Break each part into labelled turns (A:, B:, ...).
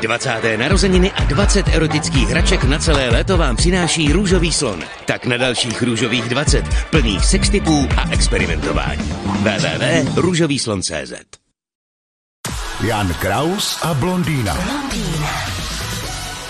A: 20. narozeniny a 20 erotických hraček na celé léto vám přináší růžový slon. Tak na dalších růžových 20 plných sextipů a experimentování. www.růžovýslon.cz
B: Jan Kraus a blondýna.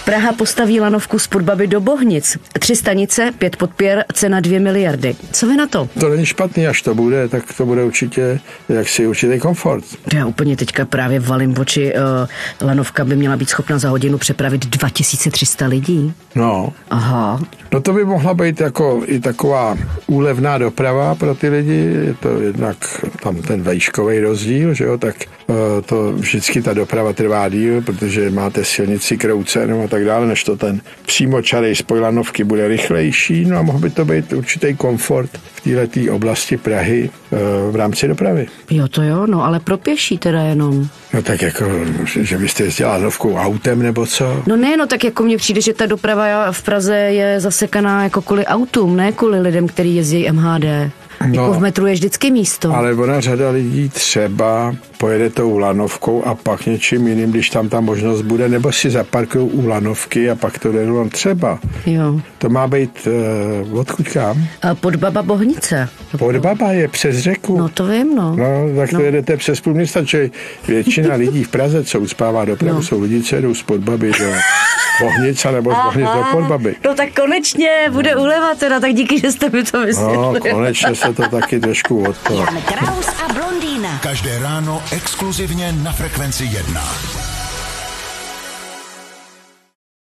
C: Praha postaví lanovku z Podbaby do Bohnic. Tři stanice, pět podpěr, cena dvě miliardy. Co vy na to?
D: To není špatný, až to bude, tak to bude určitě jaksi určitý komfort.
C: Já úplně teďka právě valím v oči. Uh, lanovka by měla být schopna za hodinu přepravit 2300 lidí.
D: No,
C: Aha.
D: no to by mohla být jako i taková úlevná doprava pro ty lidi, je to jednak tam ten vejškový rozdíl, že jo, tak eh, to vždycky ta doprava trvá díl, protože máte silnici kroucenou a tak dále, než to ten přímočarej spojlanovky bude rychlejší, no a mohl by to být určitý komfort v této oblasti Prahy eh, v rámci dopravy.
C: Jo, to jo, no ale pro pěší teda jenom.
D: No tak jako, že že byste jezdila novkou autem nebo co?
C: No ne, no tak jako mně přijde, že ta doprava v Praze je zasekaná jako kvůli autům, ne kvůli lidem, který jezdí MHD. No, jako v metru je vždycky místo.
D: Ale ona řada lidí třeba pojede tou lanovkou a pak něčím jiným, když tam ta možnost bude, nebo si zaparkují u lanovky a pak to jde třeba.
C: Jo.
D: To má být uh, odkud kam?
C: A Podbaba Bohnice.
D: Podbaba je přes řeku.
C: No to vím, no.
D: No, tak to
C: No.
D: jedete přes půl města, čili většina lidí v Praze, co uspává dopravu,
C: No.
D: jsou lidi, co jedou z Podbaby do Bohnice nebo z Bohnic do Podbaby.
C: No tak konečně bude uleva teda, tak díky, že jste mi to
D: No,
C: vysvětlili.
D: konečně se to taky trošku odplo.
E: Jan Kraus a blondýna.
B: Každé ráno exkluzivně na Frekvenci 1.